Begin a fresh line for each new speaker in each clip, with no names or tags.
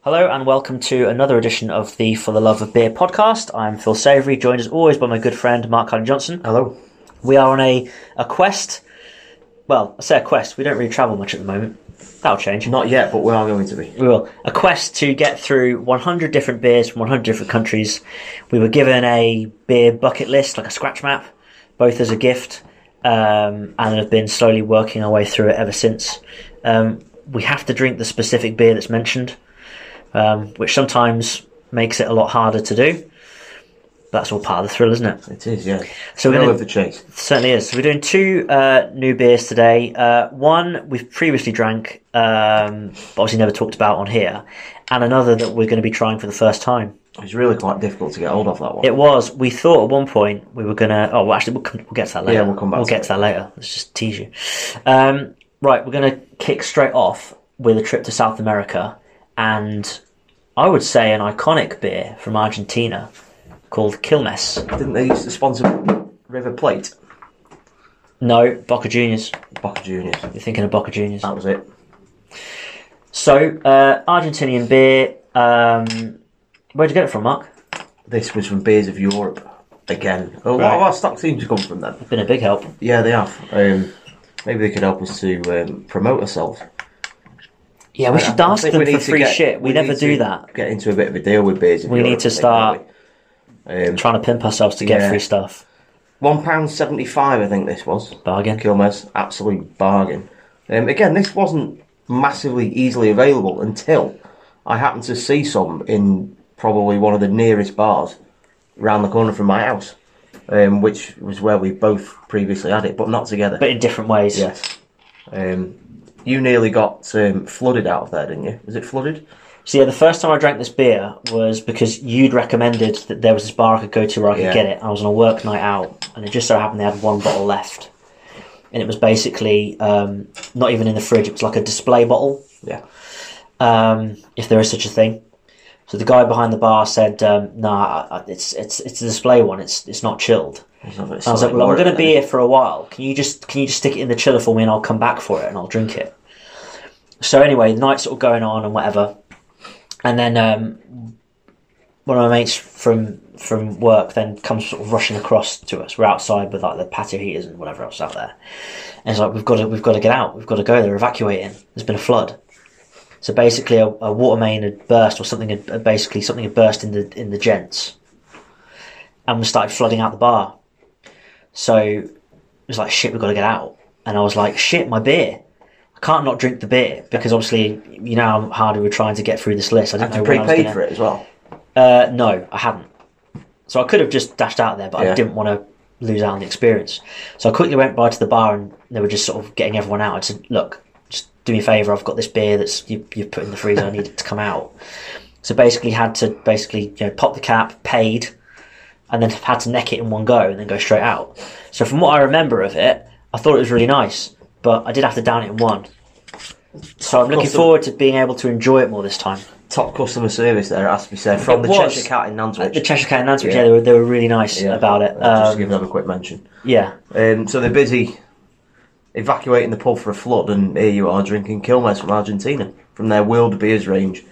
Hello and welcome to another edition of the For the Love of Beer podcast. I'm Phil Savory, joined as always by my good friend Mark Cullen Johnson.
Hello.
We are on a, a quest. Well, I say a quest, we don't really travel much at the moment. That'll change.
Not yet, but we are going to be.
We will. A quest to get through 100 different beers from 100 different countries. We were given a beer bucket list, like a scratch map, both as a gift, um, and have been slowly working our way through it ever since. Um, we have to drink the specific beer that's mentioned, um, which sometimes makes it a lot harder to do. That's all part of the thrill, isn't it?
It is, yeah.
So we're
Thrill
gonna-
of the chase.
Certainly is. So we're doing two uh, new beers today. Uh, one we've previously drank, um, but obviously never talked about on here, and another that we're going to be trying for the first time.
It's really quite difficult to get hold of that one.
It was. We thought at one point we were going to. Oh, well, actually, we'll, come, we'll get to that later.
Yeah, we'll come back
We'll
to
get
it.
to that later. Let's just tease you. Um, right, we're going to kick straight off with a trip to South America, and I would say an iconic beer from Argentina called Quilmes.
Didn't they used to sponsor River Plate?
No, Boca Juniors.
Boca Juniors.
You're thinking of Boca Juniors.
That was it.
So, uh, Argentinian beer. Um, where'd you get it from, Mark?
This was from Beers of Europe again. A lot
Right.
of our stock seems to come from them.
Been a big help.
Yeah, they have. Um, maybe they could help us to um, promote ourselves.
Yeah, we should
I
ask
think
them
we
for
need to
free
get-
shit. We,
need
never do
to
that.
Get into a bit of a deal with Beers of
We
Europe.
need to
I think,
start-
don't we? Um,
Trying to pimp ourselves to get
Yeah.
free stuff.
One pound seventy-five, I think this was.
Bargain.
Kilmes, absolute bargain. Um, again, this wasn't massively easily available until I happened to see some in probably one of the nearest bars round the corner from my house, um, which was where we both previously had it, but not together.
But in different ways.
yes. Um, you nearly got um, flooded out of there, didn't you? Was it flooded?
So, yeah, the first time I drank this beer was because you'd recommended that there was this bar I could go to where I could
Yeah.
get it. I was on a work night out, and it just so happened they had one bottle left. And it was basically um, not even in the fridge, it was like a display bottle.
Yeah.
um, if there is such a thing. So the guy behind the bar said, um, "Nah, I- I- it's it's it's a display one. It's it's not chilled." I was like, "Well, I'm going to be here for a while. Can you just can you just stick it in the chiller for me, and I'll come back for it and I'll drink it." So anyway, the night's sort of going on and whatever, and then um, one of my mates from from work then comes sort of rushing across to us. We're outside with like the patio heaters and whatever else out there, and it's like we've got to we've got to get out. We've got to go. They're evacuating. There's been a flood. So basically, a, a water main had burst, or something had uh, basically something had burst in the in the gents, and we started flooding out the bar. So it was like shit. We've got to get out. And I was like, shit, my beer. I can't not drink the beer because obviously, you know how hard we were trying to get through this list. I didn't
You
know when I was
prepaid
gonna-
for it as well.
uh, no, I hadn't. So I could have just dashed out there, but I
Yeah.
didn't want to lose out on the experience. So I quickly went by to the bar, and they were just sort of getting everyone out. I said, "Look, just do me a favour. I've got this beer that's you, you've put in the freezer. I need it to come out." So basically, had to basically you know pop the cap, paid, and then had to neck it in one go, and then go straight out. So from what I remember of it, I thought it was really nice, but I did have to down it in one. So I'm looking
Awesome.
forward to being able to enjoy it more this time.
Top customer service there, it has to be said, from
It
the
was.
Cheshire Cat in Nantwich.
The Cheshire Cat and Nantwich, yeah,
Yeah.
they, were, they were really nice
Yeah,
about it.
Just to
Um,
give them a quick mention.
yeah,
Um, so they're busy evacuating the pub for a flood, and here you are drinking Kilmes from Argentina, from their World Beers range.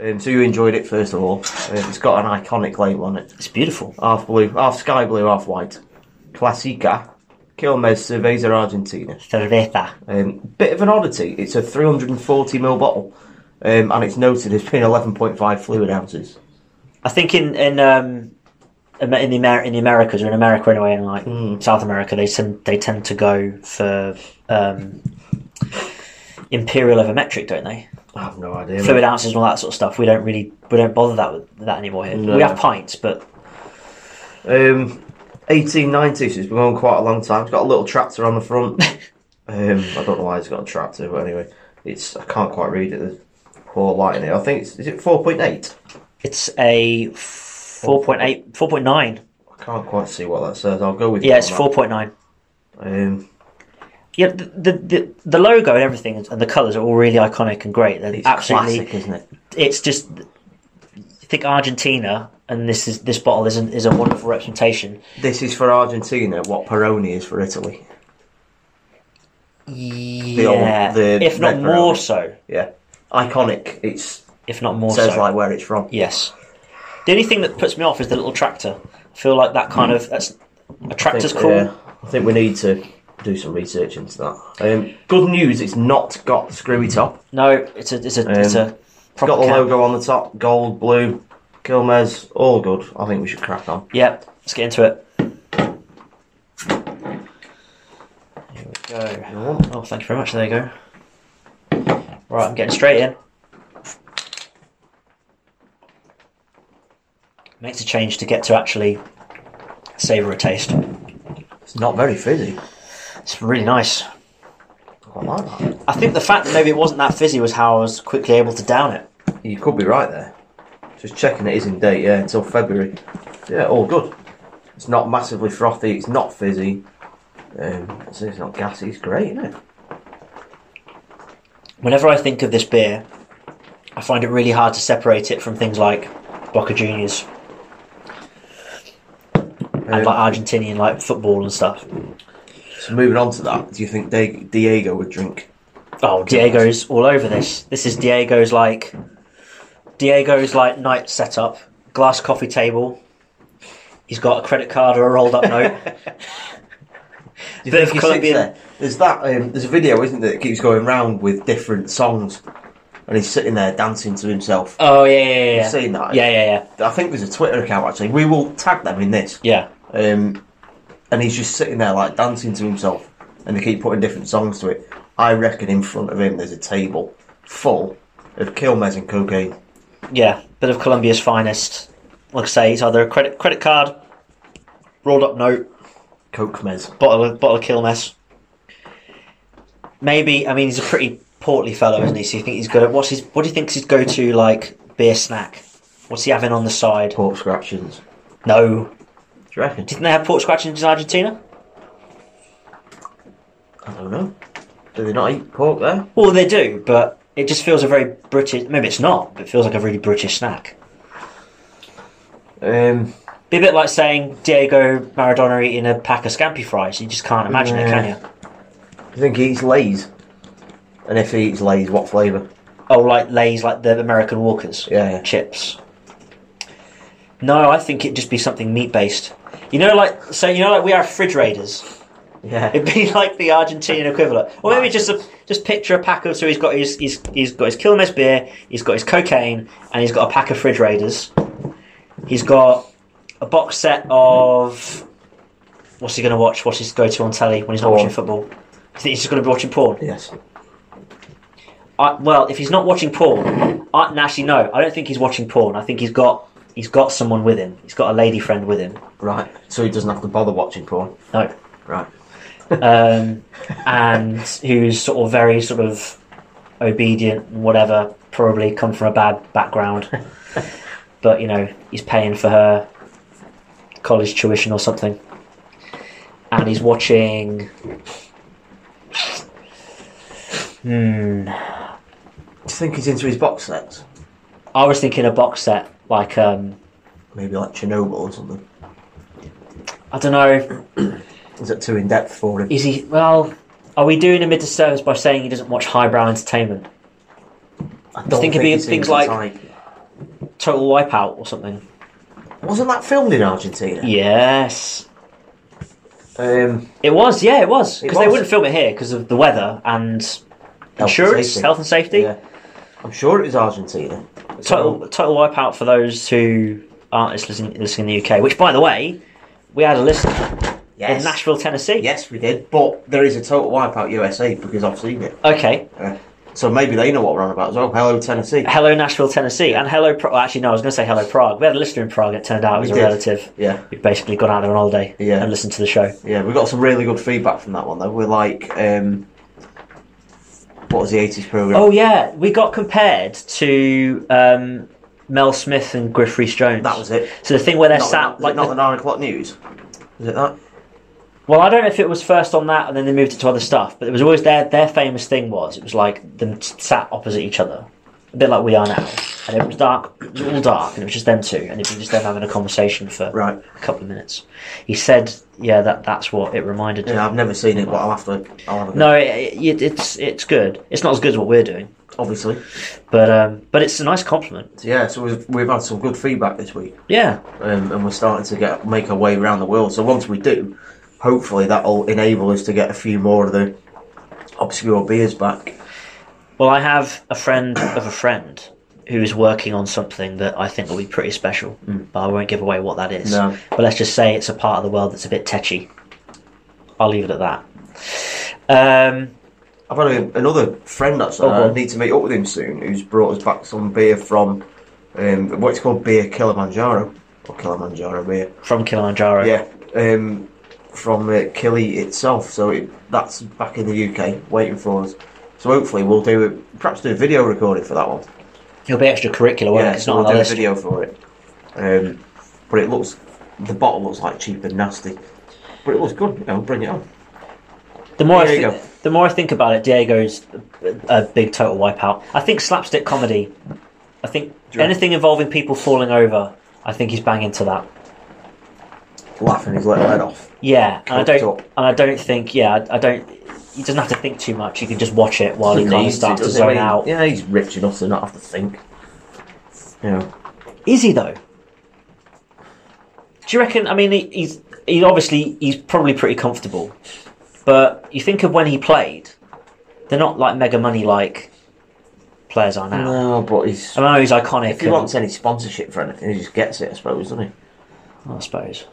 Um, so you enjoyed it first of all. Um, it's got an iconic label on it:
it's beautiful.
half blue, half sky blue, half white. Classica Kilmes Cerveza Argentina.
Cerveza.
Um, bit of an oddity. It's a 340ml bottle, um, and it's noted as being 11.5 fluid ounces.
I think in in um, in the Amer- in the Americas or in America anyway, in like
Hmm.
South America, they tend they tend to go for um, imperial over metric, don't they?
I have no idea.
Fluid ounces and all that sort of stuff. We don't really we don't bother that with that anymore here.
No.
We have pints, but
Um, 1890, so it's been going quite a long time. It's got a little tractor on the front. um, I don't know why it's got a tractor, but anyway, it's I can't quite read it. There's poor light in it. I think it's is it 4.8.
it's a 4.8, 4.9.
I can't quite see what that says. I'll go with you
Yeah, it's
on
four point nine.
that. Um,
Yeah, the, the the the logo and everything and the colours are all really iconic and great. They're
it's
absolutely
classic, isn't it?
it's just you think Argentina and this is this bottle is an, is a wonderful representation.
This is for Argentina. What Peroni is for Italy?
Yeah,
the
if not
red
more
Peroni.
so.
Yeah, iconic. It's
if not more
Says
so.
like where it's from.
Yes. The only thing that puts me off is the little tractor. I feel like that kind of that's a
I
tractor's
think,
crawl.
Mm. yeah, I think we need to do some research into that. Um, good news, it's not got the screwy top.
No, it's a it's a it's
Um,
a proper
got the
cab.
logo on the top, gold, blue, Kilmes, all good. I think we should crack on.
Yep. Let's get into it. Here we go. Oh, thank you very much. There you go. Right, I'm getting straight in. Makes a change to get to actually savour a taste.
It's not very fizzy.
It's really nice.
I quite like that.
I think the fact that maybe it wasn't that fizzy was how I was quickly able to down it.
You could be right there. Just checking it is in date, yeah, until February. Yeah, all good. It's not massively frothy, it's not fizzy. Um, it's, it's not gassy, it's great, isn't it?
Whenever I think of this beer, I find it really hard to separate it from things like Boca Juniors
Um,
and like Argentinian like football and stuff.
so moving on to that, do you think Di- Diego would drink?
Oh, Diego's all over this. This is Diego's like Diego's like night setup. Glass coffee table. He's got a credit card or a rolled up note.
Do you
Bit of
he sits
Colombian-
there? There's that. Um, there's a video, isn't there, that keeps going round with different songs, and he's sitting there dancing to himself.
Oh yeah, yeah, yeah. yeah.
You've seen that?
Yeah, yeah, yeah,
I think there's a Twitter account actually. We will tag them in this.
yeah.
Um, and he's just sitting there like dancing to himself, and they keep putting different songs to it. I reckon in front of him there's a table full of Kilmes and cocaine.
Yeah, bit of Colombia's finest. Like I say, it's either a credit credit card, rolled up note,
Coke mez.
bottle of bottle of Kilmes. Maybe I mean he's a pretty portly fellow, isn't he? So you think he's good at what's his what do you think's his go to like beer snack? What's he having on the side?
Pork scratchings.
No.
Do you reckon?
Didn't they have pork scratchings in Argentina?
I don't know. Do they not eat pork there?
Well they do, but it just feels a very British maybe it's not, but it feels like a really British snack.
Um,
Be a bit like saying Diego Maradona eating a pack of scampi fries. You just can't imagine it, can you?
do you think he eats Lay's? And if he eats Lay's, what flavour?
Oh, like Lay's, like the American Walkers.
Yeah, yeah.
Chips. No, I think it'd just be something meat based. You know, like so. You know, like we are refrigerators.
Yeah.
It'd be like the Argentine equivalent, or maybe just a, just picture a pack of. So he's got his he's, he's got his Kilmes beer, he's got his cocaine, and he's got a pack of refrigerators. He's got a box set of. What's he going to watch? What's his go to on telly when he's not
Porn.
watching football? You think he's just going to be watching porn?
Yes.
I, well, if he's not watching porn, I, no, actually no, I don't think he's watching porn. I think he's got he's got someone with him. He's got a lady friend with him.
Right. So he doesn't have to bother watching porn.
No,
Right.
um, and who's sort of very sort of obedient and whatever. Probably come from a bad background, but you know he's paying for her college tuition or something, and he's watching. Hmm.
Do you think he's into his box sets?
I was thinking a box set like um.
Maybe like Chernobyl or something.
I don't know.
Is that too in depth for him?
Is he? Well, are we doing him a disservice by saying he doesn't watch highbrow entertainment,
I don't
think it'd be
he seems
things
the
like-
type.
Total Wipeout or something?
Wasn't that filmed in Argentina?
Yes,
Um,
it was. Yeah, it was
It
because they
was.
wouldn't film it here because of the weather and
and
insurance,
safety.
health and safety.
Yeah. Um, I'm sure it was Argentina.
Total Total Wipeout for those who aren't listening, listening in the UK. Which, by the way, we had a listener in
Yes.
Nashville, Tennessee.
Yes, we did. But there is a total wipeout USA because I've seen it.
Okay.
Uh, so maybe they know what we're on about as well. Hello, Tennessee.
Hello, Nashville, Tennessee, and hello. Pro- well, actually, no, I was going to say hello, Prague. We had a listener in Prague. It turned out it was
We
a
did.
relative.
Yeah.
We've basically gone out there on holiday
Yeah.
and listened to the show.
Yeah, we got some really good feedback from that one though. We're like, um, what was the 80s program?
Oh yeah, we got compared to um, Mel Smith and Griff Rhys-Jones.
that was it.
So the thing where they're
Not,
sat
the-
like
not
the-
the nine o'clock news. Is it that?
well, I don't know if it was first on that and then they moved it to other stuff, but it was always their their famous thing was it was like them t- sat opposite each other, a bit like we are now, and it was dark, it was all dark, and it was just them two, and it was just them having a conversation for
Right.
a couple of minutes. He said, "Yeah, that that's what it reminded."
Yeah,
him.
I've never seen it, but I'll have to. I'll have a go.
No, it, it, it's it's good. It's not as good as what we're doing.
obviously.
But um, but it's a nice compliment.
So, yeah, so we've, we've had some good feedback this week,
Yeah,
um, and we're starting to get make our way around the world. So once we do, hopefully that'll enable us to get a few more of the obscure beers back.
Well, I have a friend of a friend who is working on something that I think will be pretty special, but I won't give away what that is.
Hmm. No.
But let's just say it's a part of the world that's a bit tetchy. I'll leave it at that. Um,
I've had a, another friend that's
Oh, go
I
on.
need to meet up with him soon, who's brought us back some beer from um, what's called beer Kilimanjaro or Kilimanjaro beer.
from Kilimanjaro.
Yeah, um, from uh, Killy itself. So it, that's back in the UK, waiting for us. So hopefully we'll do it, perhaps do a video recording for that one.
It'll be extracurricular, won't it? It's
so
not on
we'll do
the
a
list.
video for it. Um, but it looks, the bottle looks like cheap and nasty, but it looks good. You know, bring it on.
The more, I
There you
thi-
go.
the more I think about it, Diego's a a big total wipeout. I think slapstick comedy, I think
Do you reckon?
anything involving people falling over, I think he's bang into that.
Laughing his little head off.
Yeah, and I
Coked
don't,
up.
and I don't think, yeah, I, I don't. He doesn't have to think too much. You can just watch it while he
Doesn't
kind
need
of
to,
starts to
doesn't he?
zone out.
Yeah, he's rich enough to not have to think. You know,
Is he though? Do you reckon? I mean, he, he's he obviously he's probably pretty comfortable, but you think of when he played, they're not like mega money like players are now.
no, but he's.
I know he's iconic.
If he
and-
wants any sponsorship for anything, he just gets it, I suppose, doesn't he?
I suppose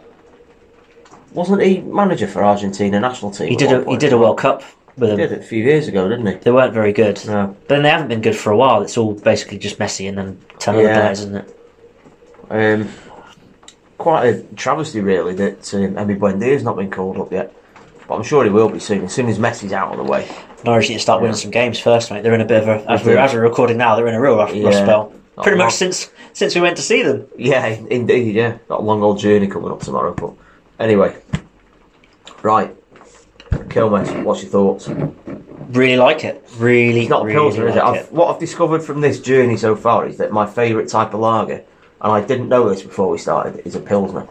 Wasn't he manager for Argentina national team?
he
at
did.
one
A, he
point?
did a World Cup with
He
them.
did it a few years ago, didn't he?
They weren't very good.
No.
Then they haven't been good for a while. It's all basically just Messi and then ten other
Yeah.
players, isn't it?
Um, quite a travesty, really, that um, Emi Buendia's not been called up yet. But I'm sure he will be soon, as soon as Messi's out of the way.
Norwich need to start winning some games first, mate. They're in a bit of a as we're,
do.
as we're recording now. They're in a real rough, rough
Yeah.
spell.
Not
Pretty
long.
much since since we went to see them.
Yeah, indeed, yeah. Got a long old journey coming up tomorrow, but anyway. Right. Kilmes, what's your thoughts?
Really like it. Really,
It's not
really
a pilsner, is it?
like
I've, what I've discovered from this journey so far is that my favourite type of lager, and I didn't know this before we started, is a pilsner.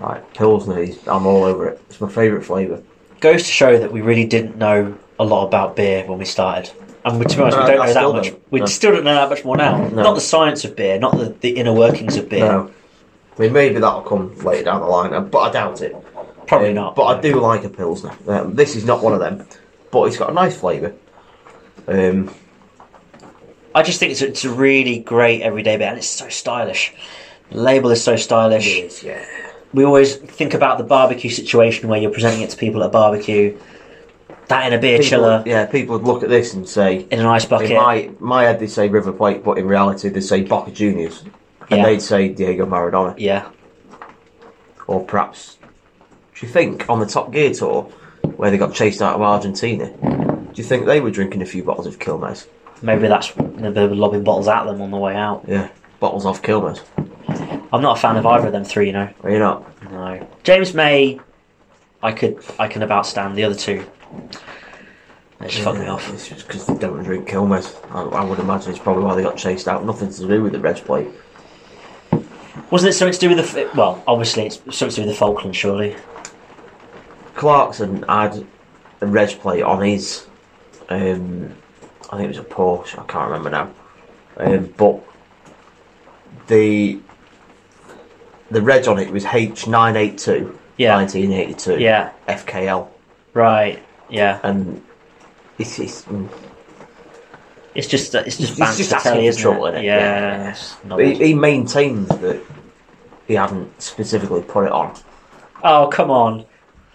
Right, pilsner, is, I'm all over it. It's my favourite flavour.
Goes to show that we really didn't know a lot about beer when we started. And we- to be honest,
No,
we
I
don't know
still
that much.
don't.
We
No.
still don't know that much more now.
No.
Not the science of beer, not the, the inner workings of beer.
No. I mean, maybe that'll come later down the line, uh, but I doubt it.
Probably
Um,
not.
But I do like a pilsner. Um, this is not one of them, but it's got a nice flavour. Um,
I just think it's a, it's a really great everyday beer, and it's so stylish. The label is so stylish.
yeah.
we always think about the barbecue situation where you're presenting it to people at a barbecue. That in a beer chiller,
People, yeah, people would look at this and say,
in an ice bucket.
In my my head, they say River Plate, but in reality, they say Boca Juniors, and
Yeah.
they'd say Diego Maradona,
Yeah,
or perhaps. Do you think on the Top Gear tour, where they got chased out of Argentina, do you think they were drinking a few bottles of Kilmes?
maybe that's they were lobbing bottles at them on the way out.
Yeah, bottles of Kilmes.
I'm not a fan of either of them three, you know.
Are you not?
No, James May, I could I can about stand the other two. They just fuck me off.
It's just because they don't drink Kilmes. I, I would imagine it's probably why they got chased out. Nothing to do with the Reds Plate.
Wasn't it something to do with the? f- Well, obviously it's something to do with the Falkland, surely.
Clarkson had a res plate on his, um, I think it was a Porsche, I can't remember now. Um, but the the reg on it was H982
Yeah.
1982
Yeah.
FKL.
Right. Yeah.
And it's, it's, mm,
It's just it's just
It's
banter
just asking
telly,
for
isn't
trouble,
it?
innit?
Yeah.
Yeah.
it's not
he,
good.
he maintained that he hadn't specifically put it on.
oh come on.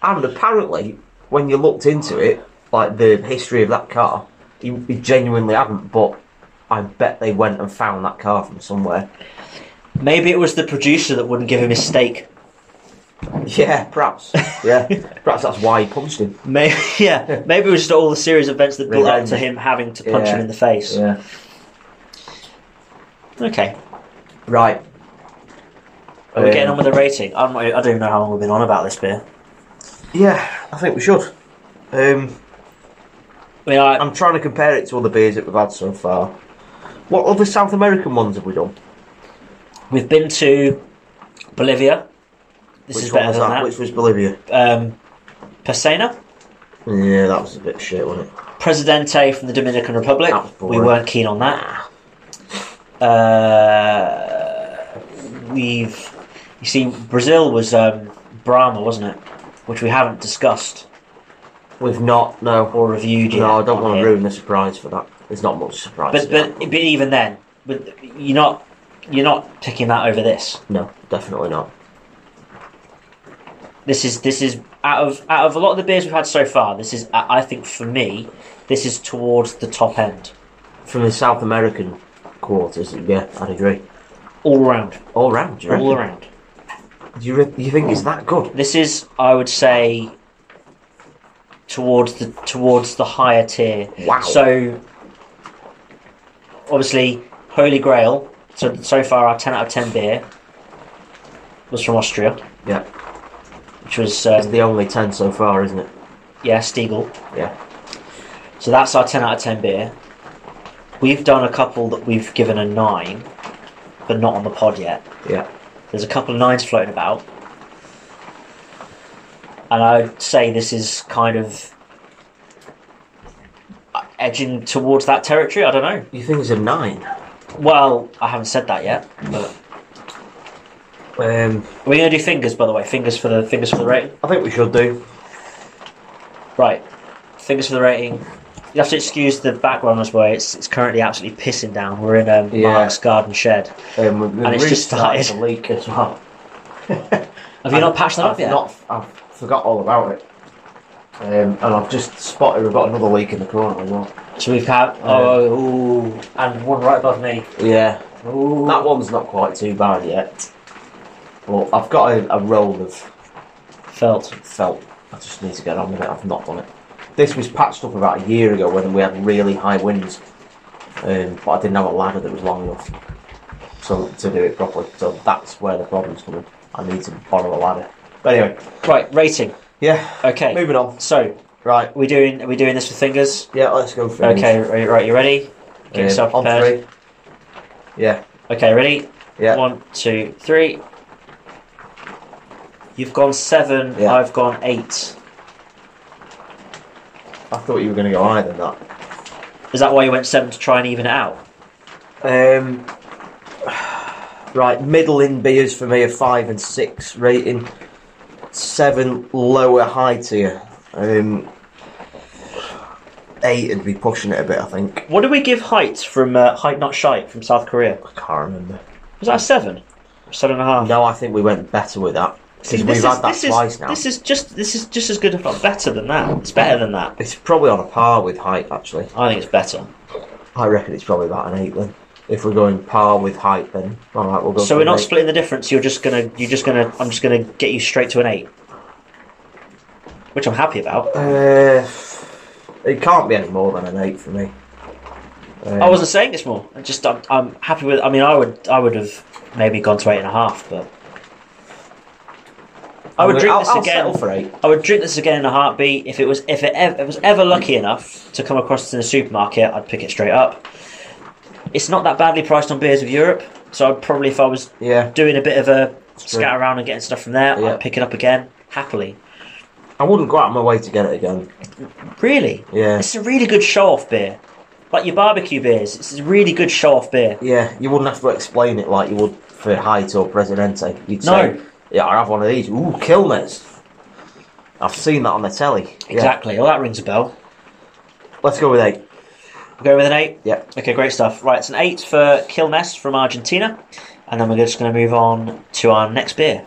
And apparently, when you looked into it, like the history of that car, he, he genuinely hadn't, but I bet they went and found that car from somewhere.
Maybe it was the producer that wouldn't give him his steak.
Yeah, perhaps. Yeah, perhaps that's why he punched him.
Maybe, yeah, maybe it was just all the series of events that built up to
Revenge.
him having to punch
Yeah.
him in the face.
Yeah.
Okay,
Right.
are we
Um,
getting on with the rating? I'm not, I don't even know how long we've been on about this beer.
Yeah, I think we should. Um,
I mean, I,
I'm trying to compare it to other beers that we've had so far. What other South American ones have we done?
we've been to Bolivia. This
Which
is
one
better
was
than
Which was Bolivia?
that. Um, Persena.
Yeah, that was a bit shit, wasn't it?
Presidente from the Dominican Republic.
That was boring.
We weren't keen on that. Uh, we've, you see, Brazil was um, Brahma, wasn't it? Which we haven't discussed
We've not, no.
or reviewed yet.
No, I don't
on
want to
here.
ruin the surprise for that. There's not much surprise.
But
to that.
but, but even then, but you're not you're not picking that over this.
no, definitely not.
This is this is out of out of a lot of the beers we've had so far. This is I I think for me, this is towards the top end
From the South American quarters, yeah, I'd agree.
all round,
All round, do you
all
reckon?
around.
Do you, re- you think it's that good?
This is I would say towards the towards the higher tier.
Wow.
So obviously Holy Grail. So so far our ten out of ten beer was from Austria,
Yeah,
which was
it's
um,
the only ten so far, isn't it?
yeah Stiegel.
Yeah.
So that's our 10 out of 10 beer. We've done a couple that we've given a 9, but not on the pod yet.
Yeah.
There's a couple of 9s floating about. And I'd say this is kind of uh, edging towards that territory. I don't know.
You think it's a nine?
Well, I haven't said that yet. But
Um,
we're going to do fingers, by the way. Fingers for the fingers for the rating.
I think we should do.
Right. Fingers for the rating. You have to excuse the background as well. It's, it's currently absolutely pissing down. We're in um,
Yeah.
Mark's garden shed.
Um, we've, we've
And it's just
restarted
started.
the leak as well.
Have you not patched that
I've
up yet?
Not, I've forgot all about it. Um, and I've just spotted we've got another leak in the corner as well.
So we've had oh, ooh, and one right above me.
Yeah,
Ooh.
that one's not quite too bad yet. But I've got a, a roll of
felt.
felt. I just need to get on with it. I've not done it. This was patched up about a year ago when we had really high winds, um, but I didn't have a ladder that was long enough so to do it properly. So that's where the problem's coming. I need to borrow a ladder. But anyway,
Right, rating.
yeah.
Okay.
Moving on.
So
Right.
we're doing are we doing this with fingers?
Yeah. Let's go for
Okay, right, right, you ready? Get yourself
on
prepared.
three. Yeah.
Okay, ready?
Yeah.
One, two, three. You've gone seven,
Yeah.
I've gone eight.
I thought you were going to go higher than that.
Is that why you went seven to try and even it out?
Um. Right, middling beers for me are five and six rating, seven lower high tier. Um, eight would be pushing it a bit, I think.
What did we give height from uh, height not shite from South Korea?
I can't remember.
Was that a seven? Seven and a half.
No, I think we went better with that
See, this
because we've
is-
had that
this is-
twice now.
This is just this is just as good, if not better than that. It's better than that.
It's probably on a par with height, actually.
I think it's better.
I reckon it's probably about an eight then. If we're going par with height, then all right, we'll go.
So
for
we're
an
not
eight.
splitting the difference. You're just gonna you're just gonna I'm just gonna get you straight to an eight, which I'm happy about.
Uh, it can't be any more than an eight for me. Um,
I wasn't saying this more. I just I'm, I'm happy with. I mean, I would I would have maybe gone to eight and a half, but I would
I'll-
drink
I'll-
this
I'll
again.
settle for eight.
I would drink this again in a heartbeat. If it was if it, ev- if it was ever lucky enough to come across this in a supermarket, I'd pick it straight up. It's not that badly priced on beers of Europe, so I'd probably if I was
Yeah,
doing a bit of a
true.
scout around and getting stuff from there,
Yeah.
I'd pick it up again happily.
I wouldn't go out of my way to get it again.
Really,
Yeah,
it's a really good show-off beer, like your barbecue beers. It's a really good show-off beer.
yeah, you wouldn't have to explain it like you would for height or Presidente. You'd
No.
say, "Yeah, I have one of these." Ooh, Kilmers. I've seen that on the telly. Yeah.
Exactly. Well, that rings a bell.
Let's go with eight.
We'll go with an eight.
Yeah.
Okay, great stuff. Right, it's an eight for Kilmes from Argentina, and then we're just going to move on to our next beer.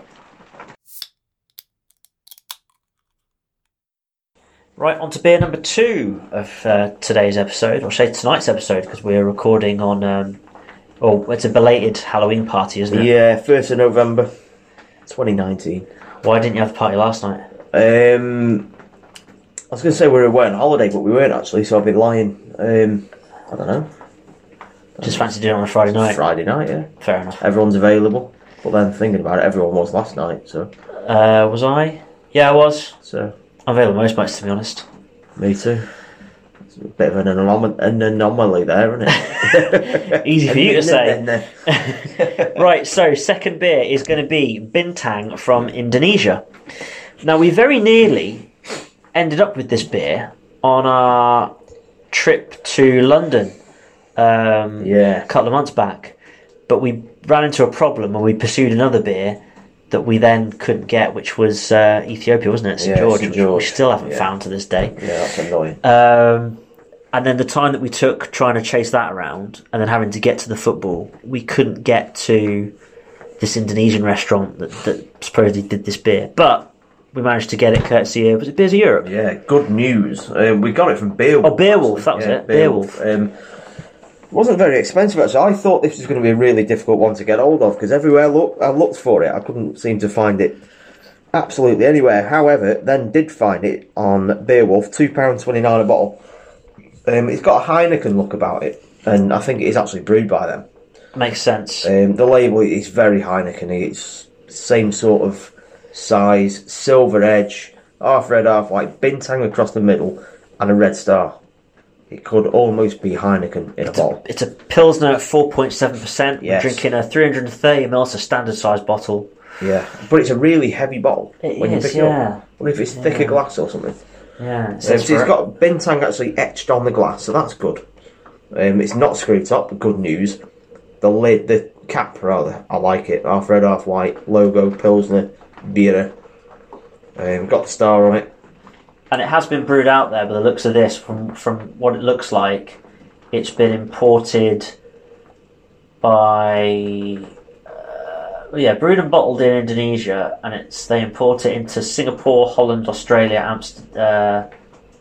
Right, on to beer number two of uh, today's episode, or say tonight's episode, because we're recording on. Um, oh, it's a belated Halloween party, isn't it?
Yeah, first of November, 2019.
Why didn't you have the party last night?
Um, I was going to say we were on holiday, but we weren't actually, so I'd be lying. Um, I don't know.
Just fancy doing it on Um, a Friday night.
Friday night, yeah.
Fair enough.
Everyone's available. But then thinking about it, everyone was last night, so
Uh, was I? Yeah, I was.
so
I'm available most nights, to be honest.
me too. It's a bit of an, anom- an anomaly there, isn't it?
Easy for you to say.
say.
Right, so second beer is going to be Bintang from Indonesia. Now, we very nearly ended up with this beer on our trip to London um,
Yeah.
a couple of months back, but we ran into a problem and we pursued another beer that we then couldn't get, which was uh, Ethiopia, wasn't it? St.
Yeah,
George,
St.
which we
George.
still haven't
Yeah.
found to this day.
Yeah, that's annoying.
Um, and then the time that we took trying to chase that around and then having to get to the football, we couldn't get to this Indonesian restaurant that, that supposedly did this beer. But we managed to get it courtesy of, was it Beers of Europe?
Yeah, good news.
Uh,
Um, we got it from Beowulf.
Oh, Beowulf, that was
actually.
it, Beowulf.
Um,
wasn't very expensive actually. I thought this was going to be a really difficult one to get hold of because everywhere I, look, I looked for it, I couldn't seem to find it absolutely anywhere. However, then did find it on Beowulf, two pound twenty nine a bottle. Um, it's got a Heineken look about it, and I think it is actually brewed by them.
Makes sense.
Um, the label is very Heineken. It's same sort of size, silver edge, half red, half white, bintang across the middle, and a red star. It could almost be Heineken in a bottle.
It's a Pilsner at 4.7%. We're
Yes.
drinking a 330ml, it's a standard size bottle.
Yeah, but it's a really heavy bottle
It
when
is,
you pick it
yeah.
up. What if it's thicker glass or something?
Yeah,
So it's
for it.
got bintang actually etched on the glass, so that's good. Um, it's not screw top. Good news. The lid, the cap rather, I like it. Half red, half white. Logo Pilsner beer. Um, got the star on it.
and it has been brewed out there by the looks of this from from what it looks like it's been imported by uh, yeah brewed and bottled in indonesia and it's they import it into singapore holland australia amsterdam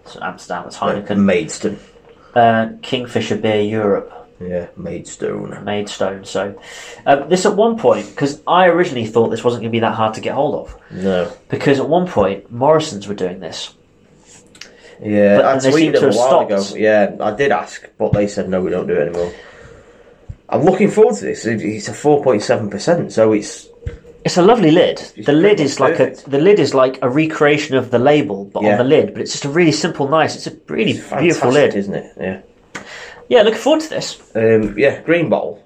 uh, so amsterdam it's heineken
Maidstone.
uh, kingfisher beer europe
Yeah, Maidstone.
maidstone so uh, this at one point because i originally thought this wasn't going to be that hard to get hold of
No.
because at one point morrison's were doing this
Yeah,
But-
I
and they
tweeted
seem
them
to
a
have
while ago.
stopped.
Yeah, I did ask, but they said no, we don't do it anymore. I'm looking forward to this. It- It's a 4.7%, so it's
It's a lovely lid. the
pretty
lid
much
is like
perfect.
a the lid is like a recreation of the label, but
Yeah.
on the lid. But it's just a really simple, nice. It's a really beautiful
fantastic,
lid.
isn't it? Yeah.
Yeah, looking forward to this.
Um, yeah, green bottle,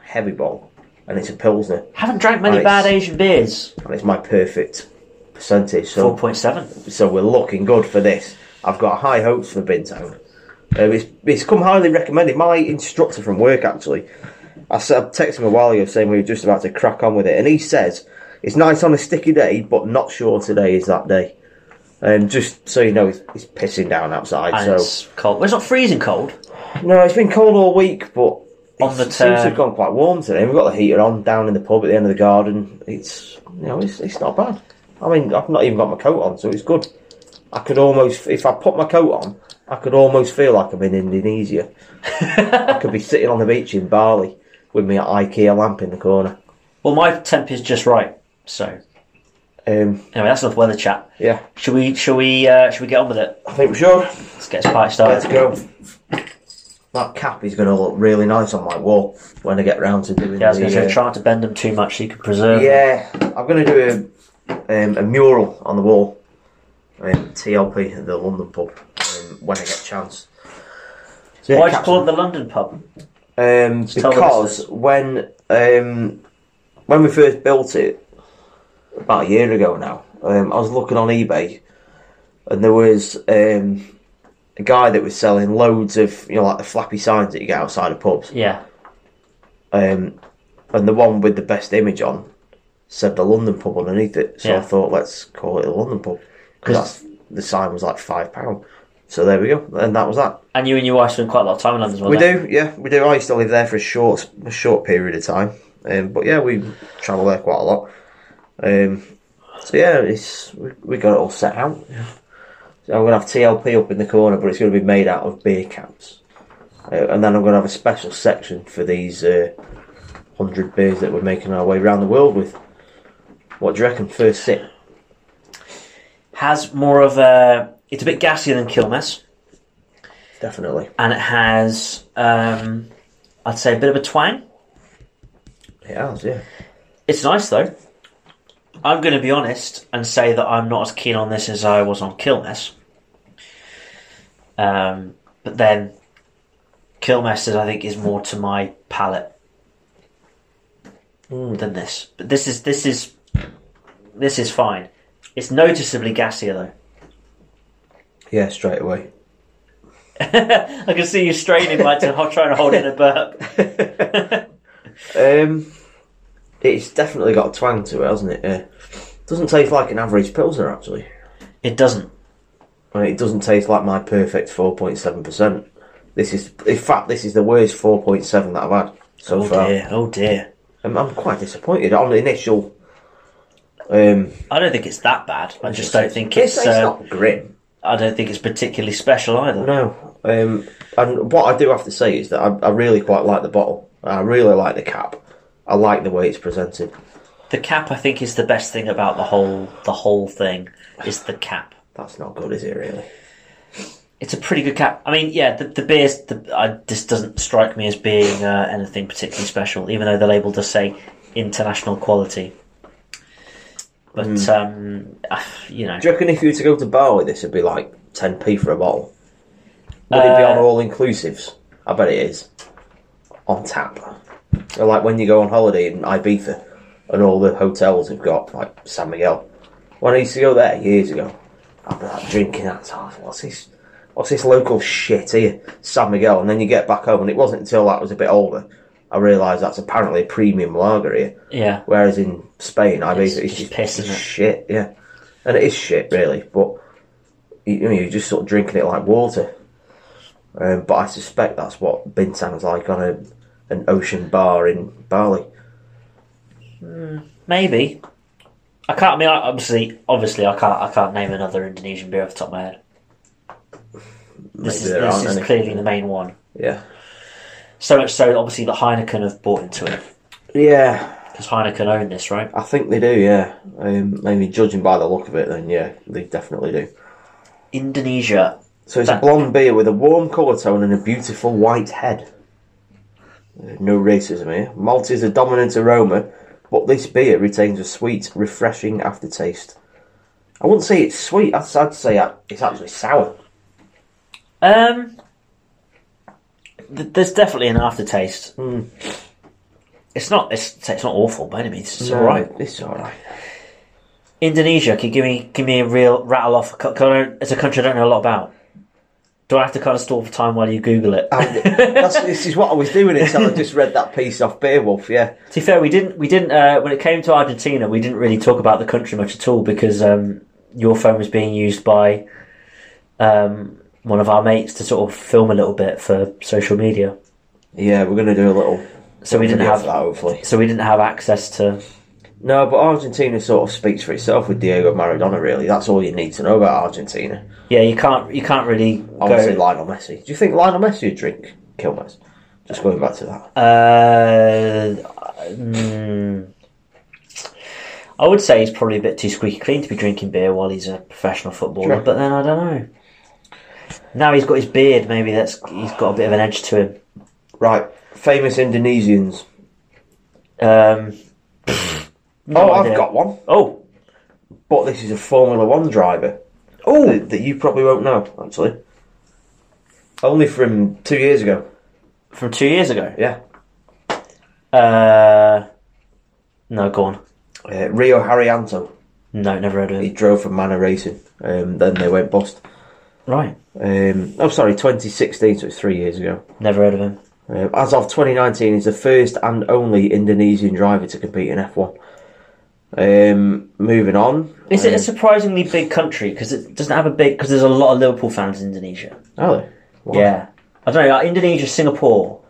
heavy bottle, and it's a pilsner,
Haven't drank many
Nice.
bad Asian beers.
and it's my perfect percentage.
Four
So,
point seven.
so we're looking good for this. I've got high hopes for Bintown. Um, it's, it's come highly recommended. My instructor from work actually, I said I texted him a while ago saying we were just about to crack on with it, and he says it's nice on a sticky day, but not sure today is that day. Um, just so you know, it's, it's pissing down outside.
And
so
it's cold. Well, it's not freezing cold.
No, it's been cold all week, but
On
it
the
seems to have
turn.
gone quite warm today. We've got the heater on down in the pub at the end of the garden. It's you know, it's, it's not bad. I mean, I've not even got my coat on, so it's good. I could almost, if I put my coat on, I could almost feel like I'm in Indonesia. I could be sitting on the beach in Bali with my IKEA lamp in the corner.
Well, my temp is just right. So anyway,
Um,
that's enough weather chat.
yeah,
Should we? Should we? Uh, should we get on with it?
I think we should.
Let's get this party
Let's
started.
go. That cap is going to look really nice on my wall when I get round to doing
Yeah, I was
the.
going to
uh,
say try not to bend them too much so you can preserve. them.
Yeah, I'm going to do a, um, a mural on the wall. Um, TLP at the London pub um, when I get a chance. So, yeah,
Why'd you
Captain-
call it the London pub?
um,
tell the
because
listeners.
when um, when we first built it about a year ago now, um, I was looking on eBay, and there was um, a guy that was selling loads of you know like the flappy signs that you get outside of pubs
Yeah.
um, and the one with the best image on said the London pub underneath it. So I
Yeah.
thought, let's call it the London pub
Cause-
because the sign was like five pound. So there we go, and that was that.
And you and your wife spend quite a lot of time in London as well.
We
don't you?
do, yeah, we do. I used to live there for a short, a short period of time, um, but yeah, we travel there quite a lot. Um, so yeah, it's we, we got it all set out. So I'm gonna have TLP up in the corner, but it's gonna be made out of beer caps, uh, and then I'm gonna have a special section for these uh, hundred beers that we're making our way around the world with. What do you reckon? First sip.
has more of a. It's a bit gassier than Kilmes,
Definitely.
and it has, um, I'd say, a bit of a twang.
It has, yeah.
It's nice though. I'm going to be honest and say that I'm not as keen on this as I was on Kilmes. Um, but then, Kilmes, is, I think, is more to my palate than this. But this is this is this is fine. It's noticeably gassier though.
Yeah, straight away.
I can see you straining, like to ho- trying to hold in a burp.
Um,
It's definitely got a twang to it, hasn't it? Uh, doesn't taste like an average pilsner, actually.
It doesn't.
And it doesn't taste like my perfect 4.7%. This is, in fact, this is the worst 4.7 that I've had so
Oh
far.
dear. Oh dear.
I'm, I'm quite disappointed on the initial. Um,
I don't think it's that bad. I just don't think
it's,
it's.
it's
Uh,
not grim.
I don't think it's particularly special either.
No. Um, and what I do have to say is that I, I really quite like the bottle. I really like the cap. I like the way it's presented.
The cap, I think, is the best thing about the whole the whole thing. Is the cap.
That's not good, is it? Really?
It's a pretty good cap. I mean, yeah, the, the beers. The, I, this doesn't strike me as being uh, anything particularly special, even though the label does say international quality. But um, ah, you know,
Hmm. Do you reckon if you were to go to bar with this, it'd be like 10p for a bottle? Would it be
Uh,
on all inclusives? I bet it is. On tap. Or like when you go on holiday in Ibiza and all the hotels have got, like San Miguel. When I used to go there years ago, I'd be like drinking that. so I thought, What's this? What's this local shit here? San Miguel. And then you get back home, and it wasn't until I was a bit older I realised that's apparently a premium lager here.
yeah,
Whereas in Spain, Ibiza
It's
it's,
just
just
piss, isn't it?
shit, yeah. And it is shit, really. But you you know, you're just sort of drinking it like water. Um, but I suspect that's what bintang's like on a an ocean bar in Bali.
maybe. I can't. I mean, I, obviously, obviously, I can't. I can't name another Indonesian beer off the top of my head. This
Maybe
is
there
this
aren't
is
any.
clearly the main one.
Yeah,
So much so, that obviously, that Heineken have bought into it
yeah,
because Heineken own this, right?
I think they do. Yeah, um, maybe judging by the look of it, then yeah, they definitely do.
Indonesia.
So it's a
That-
blonde beer with a warm colour tone and a beautiful white head. Uh, No racism here. Malt is a dominant aroma, but this beer retains a sweet, refreshing aftertaste. I wouldn't say it's sweet, I'd, I'd say uh, it's actually sour.
Um, th- there's definitely an aftertaste.
Hmm.
It's not. It's it's not awful by any means. It's all right.
It's alright.
Indonesia. Can you give me give me a real rattle off? Co- co- I don't- It's a country I don't know a lot about. Do I have to kind of stall for time while you Google it?
That's, this is what I was doing until I just read that piece off Beowulf, yeah.
to be fair, we didn't. We didn't. Uh, when it came to Argentina, we didn't really talk about the country much at all because um, your phone was being used by um, one of our mates to sort of film a little bit for social media.
Yeah, we're going to do a little.
So we didn't
video
have
for that, hopefully.
So we didn't have access to.
No, but Argentina sort of speaks for itself with Diego Maradona, really. That's all you need to know about Argentina.
Yeah, you can't. You can't really go.
Obviously, Lionel Messi. Do you think Lionel Messi would drink Kilmes? Just going back to that.
Uh, mm, I would say he's probably a bit too squeaky clean to be drinking beer while he's a professional footballer.
Sure.
But then I don't know. Now he's got his beard. Maybe that's he's got a bit of an edge to him.
Right, famous Indonesians.
Um,
oh,
no
I've
idea.
got one.
Oh,
But this is a Formula One driver. Oh, that, that you probably won't know actually. Only from two years ago.
from two years ago.
Yeah,
Uh, no, go on.
uh, Rio Harianto.
No, never heard of
He
him.
drove for Manor Racing. Um, then they went bust.
Right,
Um, oh, sorry, 2016. So it's three years ago.
never heard of him.
Um, as of 2019, he's the first and only Indonesian driver to compete in F1. Um, moving on. Um,
Is it a surprisingly big country? Because it doesn't have a big. Because there's a lot of Liverpool fans in Indonesia.
Oh, there. Wow.
Yeah. I don't know, like Indonesia, Singapore,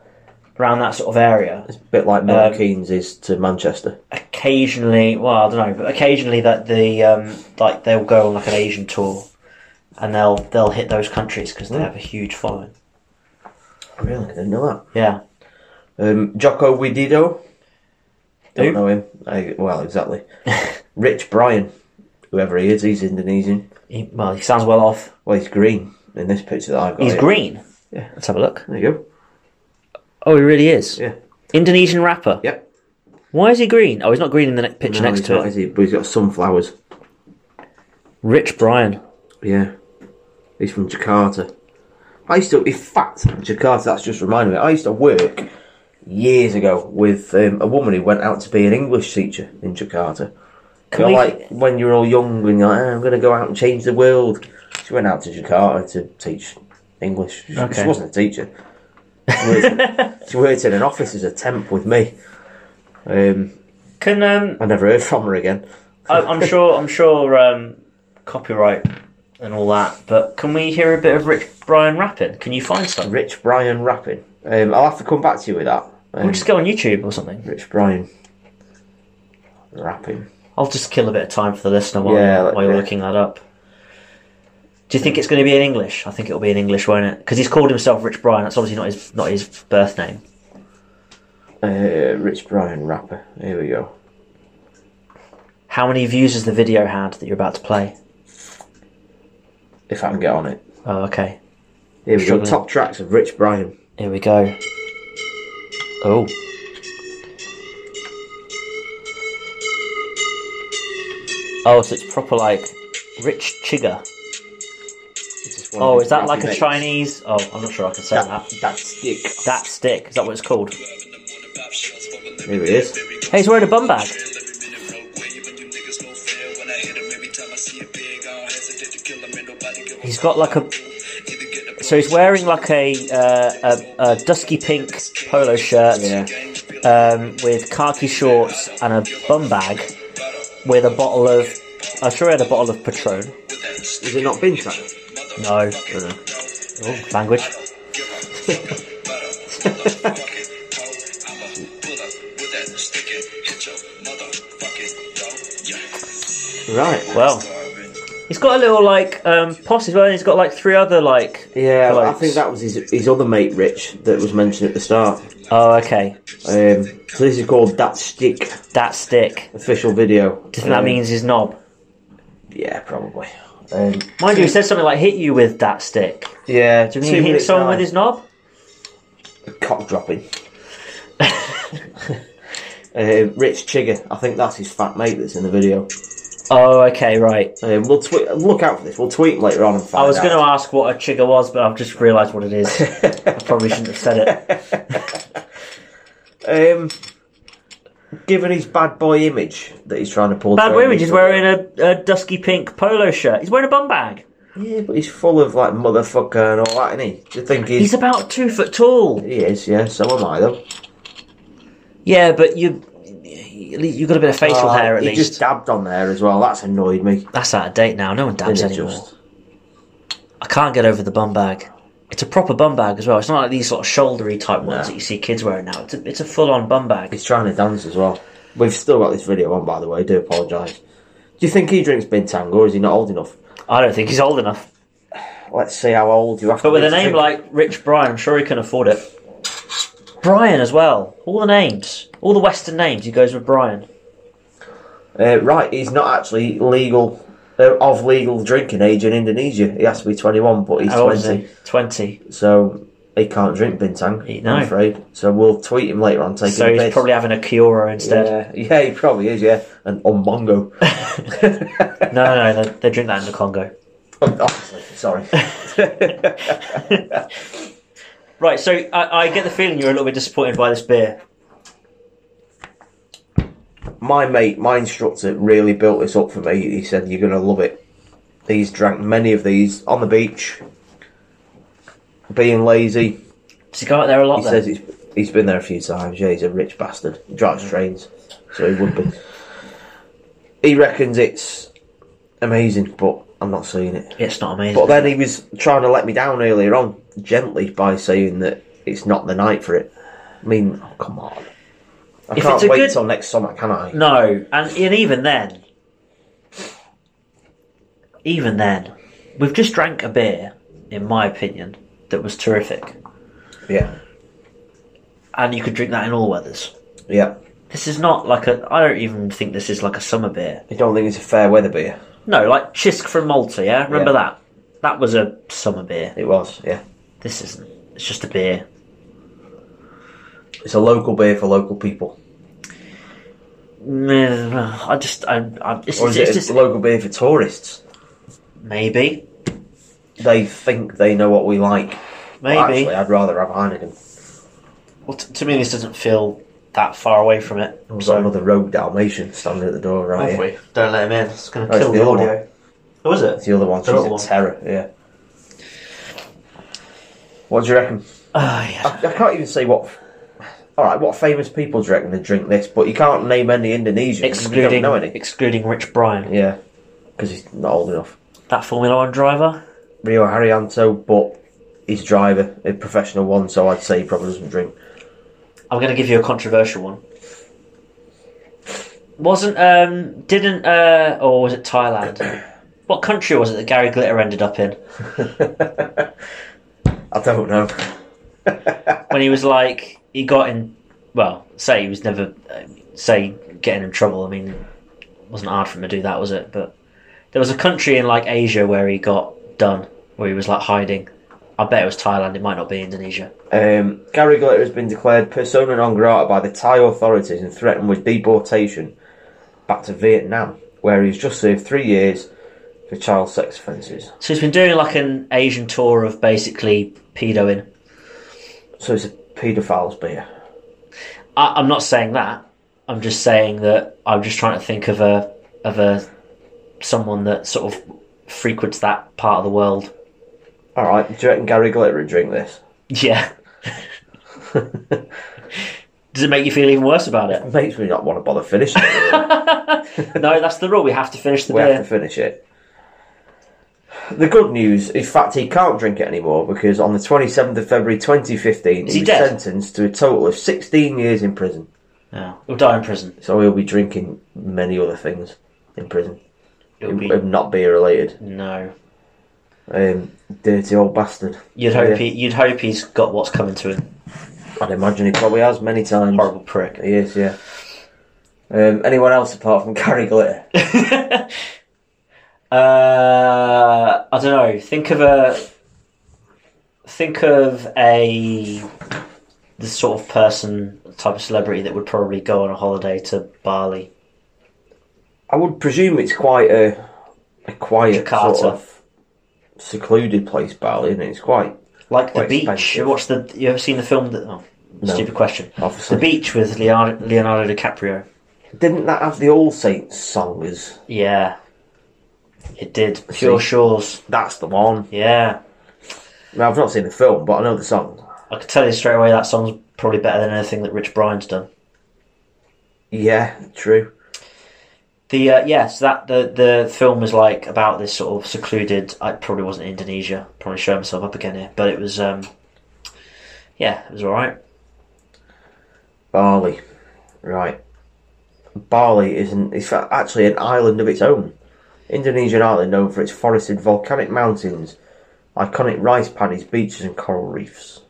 around that sort of area.
It's a bit like Milton
Um,
Keynes is to Manchester.
Occasionally, well, I don't know, but occasionally that the um, like they'll go on like an Asian tour, and they'll they'll hit those countries because they have a huge following.
Oh, Really, I didn't know
Yeah.
that. Um, Jocko Widido. Don't
Who?
know him. I, well, exactly. Rich Bryan, whoever he is, he's Indonesian.
He, well, he sounds well off.
Well, he's green in this picture that I've got.
He's
here.
green.
Yeah.
Let's have a look.
There you go.
Oh, he really is.
Yeah.
Indonesian rapper.
Yep.
Why is he green? Oh, he's not green in the ne- picture
No,
next
he's
to
not,
it.
is he? But he's got sunflowers.
Rich Brian.
Yeah. He's from Jakarta. I used to, in fact, Jakarta, that's just reminded me. I used to work years ago with um, a woman who went out to be an English teacher in Jakarta.
Can
You're
we-
like when "Ah, you're all young and you're like, "Eh, I'm going to go out and change the world. She went out to Jakarta to teach English. She,
Okay.
she wasn't a teacher. She worked, she worked in an office as a temp with me. Um,
Can um,
I never heard from her again.
I, I'm sure I'm sure um, copyright and all that, but can we hear a bit of Rich Brian rapping? Can you find some?
Rich Brian rapping. Um, I'll have to come back to you with that. Um,
We'll just go on YouTube or something.
Rich Brian rapping.
I'll just kill a bit of time for the listener while,
Yeah,
you're,
like
while you're
that.
looking that up. Do you think it's going to be in English? I think it'll be in English, won't it? Because he's called himself Rich Brian. That's obviously not his not his birth name.
Uh, Rich Brian rapper. Here we go.
How many views has the video had that you're about to play?
If I can get on it.
Oh, okay.
Here we go.
Struggling.
Top tracks of Rich Brian.
Here we go. Oh. Oh, so it's proper like Rich Chigga.
It's just one of
Oh,
his
is that
rappy
like a
mates.
Chinese? Oh, I'm not sure I can say
That,
that.
that stick.
That stick. Is that what it's called?
Here it is.
Hey, he's wearing a bum bag. He's got like a. So he's wearing like a uh, a, a dusky pink polo shirt
Yeah.
um, with khaki shorts and a bum bag with a bottle of. I'm sure he had a bottle of Patron.
Is it not bin track?
No. Oh, language.
Right.
Well, he's got a little like um, posse as well. and He's got like three other like.
Yeah, I
blokes.
think that was his, his other mate, Rich, that was mentioned at the start.
Oh, okay.
Um, so this is called That Stick
That stick.
official
Do
video.
you think that
Um,
means his knob?
Yeah, probably. Um,
Mind you, he said something like "hit you with that stick."
yeah,
Do you mean hit someone with his knob?
cock dropping? uh, Rich Chigger, I think that's his fat mate that's in the video.
Oh, okay, right.
Um, we'll tweet. Look out for this. We'll tweet him later on and find
I was
out.
going to ask what a chigger was, but I've just realised what it is. I probably shouldn't have said it.
Um, given his bad boy image that he's trying to pull.
Bad Women is wearing uh, a, a dusky pink polo shirt. He's wearing a bum bag.
Yeah, but he's full of like motherfucker and all that, isn't he? Do you think he's?
He's about two foot tall.
he is. Yeah. So am I though.
Yeah, but you you got a bit of facial
Uh,
hair at
he
least.
just dabbed on there as well. That's annoyed me.
That's out of date now. No one dabs
Isn't it
anymore.
just?
I can't get over the bum bag. It's a proper bum bag as well. It's not like these sort of shouldery type ones
No.
that you see kids wearing now. It's a, it's a full on bum bag.
He's trying to dance as well. We've still got this video on, by the way. I do apologise. Do you think he drinks Bintang or is he not old enough?
I don't think he's old enough.
Let's see how old you have to
But with
be
a
to
name
drink.
like Rich Brian, I'm sure he can afford it. Brian as well. All the names. All the Western names. He goes with Brian.
Uh, right, he's not actually legal, uh, of legal drinking age in Indonesia. He has to be 21, but he's
How old is
20.
he? 20.
So he can't drink Bintang,
He- no.
I'm afraid. So we'll tweet him later on taking
So
the
he's
piss.
probably having a Kiora instead.
yeah, yeah, he probably is, yeah. And on Bongo.
No, no, no. They, they drink that in the Congo.
Obviously, sorry.
Right, so I, I get the feeling you're a little bit disappointed by this beer.
my mate, my instructor, really built this up for me. He said, "You're gonna love it." He's drank many of these on the beach, being lazy.
Does he go out there a lot
He
then?
says he's he's been there a few times. Yeah, he's a rich bastard. He
Mm.
drives trains, so he would be. He reckons it's amazing, but I'm not seeing it.
it's not amazing.
But then he was trying to let me down earlier on, gently by saying that it's not the night for it. I mean, oh, come on. I
If it's
can't
a
wait
good-
till next summer, can I?
No, and, and even then, even then, we've just drank a beer, in my opinion, that was terrific,
Yeah,
and you could drink that in all weathers.
yeah.
This is not like a. I don't even think this is like a summer beer.
I don't think it's a fair weather beer.
No, like Chisk from Malta. Yeah, remember
Yeah.
that? That was a summer beer.
It was, yeah.
This isn't. It's just a beer.
It's a local beer for local people.
Nah, I just. I. I it's,
Or is
it's
it
just
a local beer for tourists?
maybe.
They think they know what we like. Well,
Maybe.
actually, I'd rather have Heineken.
well, t- to me, this doesn't feel that far away from it.
We've got another rogue Dalmatian standing at the door
Have
right here.
we? Oh, Don't let him in. It's going to
Oh, it's
kill
the
the
other
audio. Who was it?
It's the other one. She's
The
a
other one.
terror, yeah. What do you reckon?
Ah, yeah.
I, I can't even say what. All right, what famous people do you reckon to drink this? But you can't name any Indonesians. you
excluding
don't know any.
excluding Rich Brian,
Yeah, because he's not old enough.
that Formula One driver.
Rio Haryanto, but he's a driver, a professional one, so I'd say he probably doesn't drink.
I'm going to give you a controversial one. Wasn't um didn't uh or was it Thailand? what country was it that Gary Glitter ended up in
I don't know.
when he was like he got in? Well, say he was never uh, say getting in trouble. I mean, it wasn't hard for him to do that, was it? But there was a country in like Asia where he got done, where he was like hiding. I bet it was Thailand. It might not be Indonesia.
Um, Gary Glitter has been declared persona non grata by the Thai authorities and threatened with deportation back to Vietnam, where he's just served three years for child sex offences.
So he's been doing like an Asian tour of basically pedoing.
So it's a paedophile's beer.
I, I'm not saying that. I'm just saying that I'm just trying to think of a of a someone that sort of frequents that part of the world.
All right, do you reckon Gary Glitter would drink this?
Yeah. Does it make you feel even worse about it?
It makes me not want to bother finishing it. really.
No, that's the rule. We have to finish the
we
beer.
have to finish it. The good news, in fact, he can't drink it anymore because on the 27th of February 2015,
he
was
dead?
sentenced to a total of 16 years in prison.
Yeah. He'll die in prison.
So he'll be drinking many other things in prison,
It'll be
It'll not beer related.
no.
Um, dirty old bastard.
You'd hope
Yeah.
he, you'd hope he's got what's coming to him.
I'd imagine he probably has many times.
Horrible prick.
He is, yeah. Um, anyone else apart from Gary Glitter?
Uh, I don't know. Think of a think of a the sort of person, type of celebrity that would probably go on a holiday to Bali.
I would presume it's quite a, a quiet
Jakarta.
sort of secluded place, Bali, and it? it's quite
Like the
Quite
beach.
expensive.
What's the? You ever seen the film? That, oh,
No.
stupid question.
obviously.
The beach with Leonardo, Leonardo DiCaprio.
Didn't that have the All Saints song as
Yeah, it did. Pure
See?
Shores.
that's the one?
Yeah,
I mean, I've not seen the film, but I know the song.
I could tell you straight away that song's probably better than anything that Rich Brian's done.
Yeah, true.
The uh, yes, that the the film was like about this sort of secluded. I probably wasn't in Indonesia. Probably showing myself up again here, but it was. um Yeah, it was all right.
Bali, right? Bali is an, it's a- actually an island of its own. Indonesian island known for its forested volcanic mountains, iconic rice paddies, beaches, and coral reefs.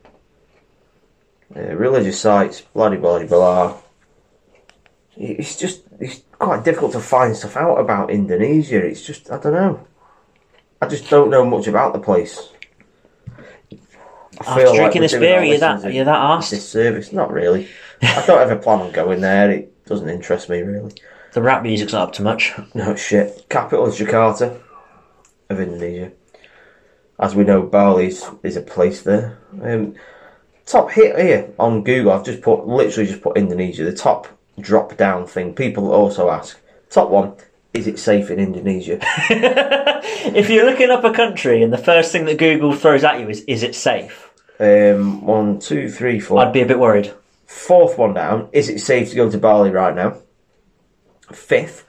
Uh, religious sites, bloody bloody blah. It's just it's quite difficult to find stuff out about Indonesia. It's just I don't know. I just don't know much about the place. I
After drinking
we're
this
doing
beer,
our
are you that-
listeners a
are you that arsed?
Disservice, not really. I don't ever plan on going there. It doesn't interest me really.
The rap music's not up to much.
No shit. Capital is Jakarta of Indonesia. As we know, Bali is, is a place there. Um, top hit here on Google. I've just put literally just put Indonesia. The top drop down thing. People also ask. Top one. Is it safe in Indonesia?
if you're looking up a country and the first thing that Google throws at you is "Is it safe?"
um, one, two, three, four.
I'd be a bit worried.
Fourth one down. Is it safe to go to Bali right now? Fifth.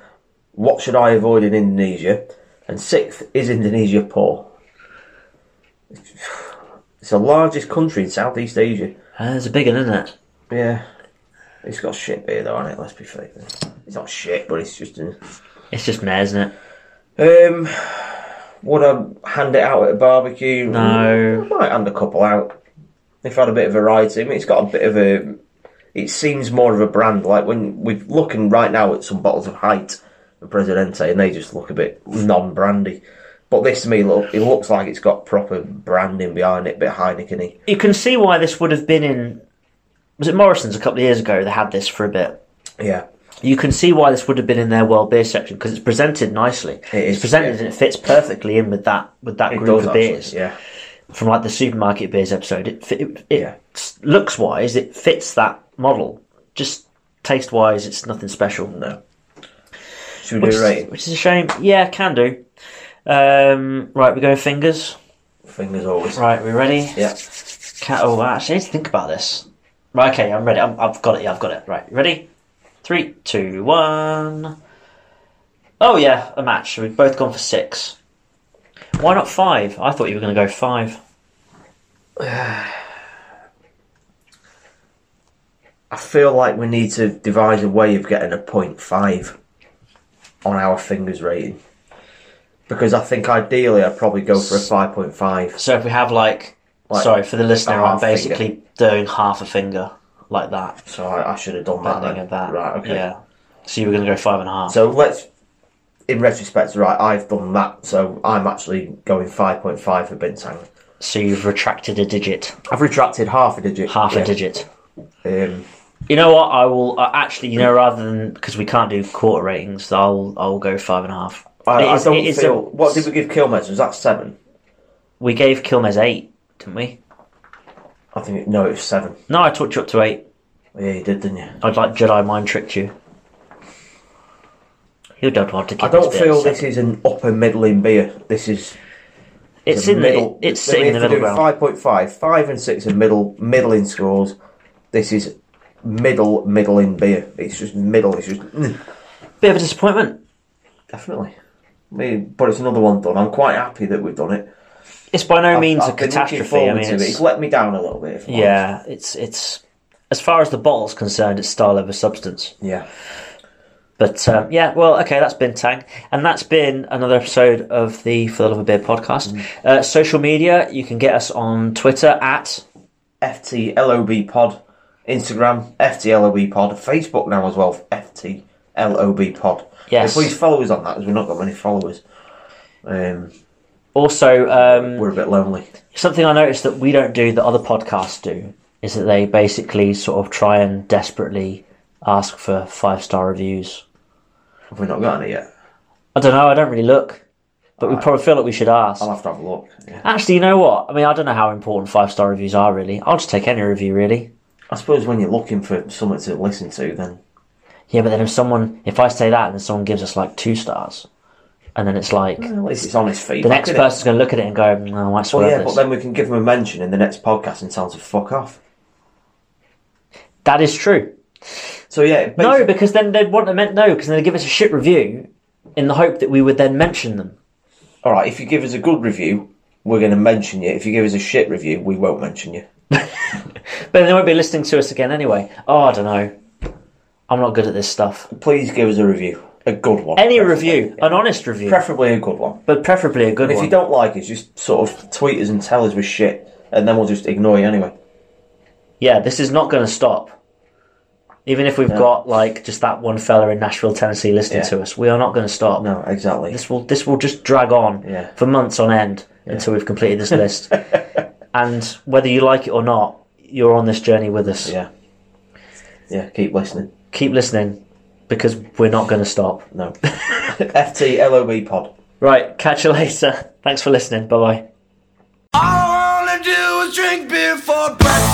What should I avoid in Indonesia? And sixth. Is Indonesia poor? It's the largest country in Southeast Asia.
Uh, there's a big one, isn't it?
Yeah. It's got shit beer though on it. Let's be fair. It's not shit, but it's just. An...
It's just meh, isn't it?
Um. Would I hand it out at a barbecue?
No.
I might hand a couple out. If I had a bit of variety, I mean, it's got a bit of a. It seems more of a brand. Like when we're looking right now at some bottles of Height and Presidente, and they just look a bit non-brandy. But this to me, look, it looks like it's got proper branding behind it, a bit Heineken-y.
You can see why this would have been in. Was it Morrison's a couple of years ago? They had this for a bit.
Yeah.
You can see why this would have been in their world beer section because it's presented nicely.
It
it's
is,
presented
yeah.
and it fits perfectly in with that with that group
does
of
actually,
beers
Yeah.
from like the supermarket beers episode. It fi- it, it
Yeah.
looks wise, it fits that model. Just taste wise, it's nothing special. No,
Should we
which,
do
is,
a rating?
which is a shame. Yeah, can do. Um, right, we're going fingers.
Fingers always.
Right, we ready?
Yeah.
Cat. Oh, wow, actually, I need to think about this. Right, okay, I'm ready. I'm, I've got it. Yeah, I've got it. Right, ready? Three, two, one. Oh yeah, a match. We've both gone for six. Why not five? I thought you were going to go five.
I feel like we need to devise a way of getting a point five on our fingers rating. Because I think ideally I'd probably go for a 5.5.
So if we have like,
Like,
sorry for the listener,
a
I'm
half finger.
basically doing half a finger like that,
So I, I should have done that.
bending
then.
of that.
Right, okay.
Yeah. So you were going to go five and a half.
So let's, in retrospect, right, I've done that. So I'm actually going 5.5 for Bintang.
So you've retracted a digit,
I've retracted half a digit.
half
yeah.
a digit.
Um,
You know what? I will uh, actually. You know, rather than because we can't do quarter ratings, I'll I'll go five and a half.
I,
It
I
is-
don't
it is a-
feel. what did we give Kilmes? Was that seven?
we gave Kilmes eight, didn't we?
I think it, no, it was seven.
No, I talked you up to eight.
Yeah, you did, didn't you?
I'd like Jedi mind tricked you. You don't want to. Keep
I don't feel this is an upper middling beer. This is
It's in
middle.
the. It's
so
sitting in
we
the
have to
middle ground.
do 5.5, 5 and six are middle middling scores. This is middle middling beer. It's just middle. It's just mm,
Bit of a disappointment.
definitely. I mean, but it's another one done. I'm quite happy that we've done it.
It's by no means a
I've been looking
catastrophe. I
forward
mean,
to it.
it's,
it's let me down a little bit. if I'm honest.
yeah, it's it's as far as the bottle's concerned, it's style over substance.
yeah.
But um, yeah, well, okay, that's been Tang, and that's been another episode of the For the Love of Beer podcast. Uh, social media, you can get us on Twitter at
FTLOB Pod, Instagram, FTLOB Pod, Facebook now as well, FTLOB Pod.
Yes.
So please follow us on that because we've not got many followers. Um,
also um,
we're a bit lonely.
Something I noticed that we don't do that other podcasts do is that they basically sort of try and desperately ask for five star reviews.
Have we not got any yet?
I don't know. I don't really look, but we probably feel like we should ask.
I'll have to have a look. Yeah.
Actually, you know what? I mean, I don't know how important five star reviews are really. I'll just take any review really.
I suppose when you're looking for something to listen to, then
Yeah, but then if someone, if I say that and then someone gives us like two stars, and then it's like the
Mm. at least it's honest feedback.
next
innit?
person's going to look at it and go, "Mm, "I might
Well,
swear
yeah,
at
but
this."
then we can give them a mention in the next podcast and tell them to fuck off.
That is true.
So yeah,
No,
basi-
because then they'd want to meant no, because then they'd give us a shit review in the hope that we would then mention them.
all right. If you give us a good review, we're going to mention you. If you give us a shit review, we won't mention you.
But they won't be listening to us again anyway. Oh, I don't know. I'm not good at this stuff.
Please give us a review, a good one.
Any
preferably.
review, an honest review,
preferably a good one.
but preferably a good
If
one.
you don't like us, just sort of tweet us and tell us we're shit, and then we'll just ignore you anyway.
yeah, this is not going to stop. Even if we've got like just that one fella in Nashville, Tennessee, listening
Yeah.
to us, we are not going to stop.
No, exactly.
This will this will just drag on
Yeah.
for months on end until we've completed this list. and whether you like it or not, you're on this journey with us.
Yeah. Yeah, keep listening.
Keep listening because we're not going to stop.
No. FTLOB pod.
Right, catch you later. Thanks for listening. Bye bye.
All I wanna do is drink beer for breakfast.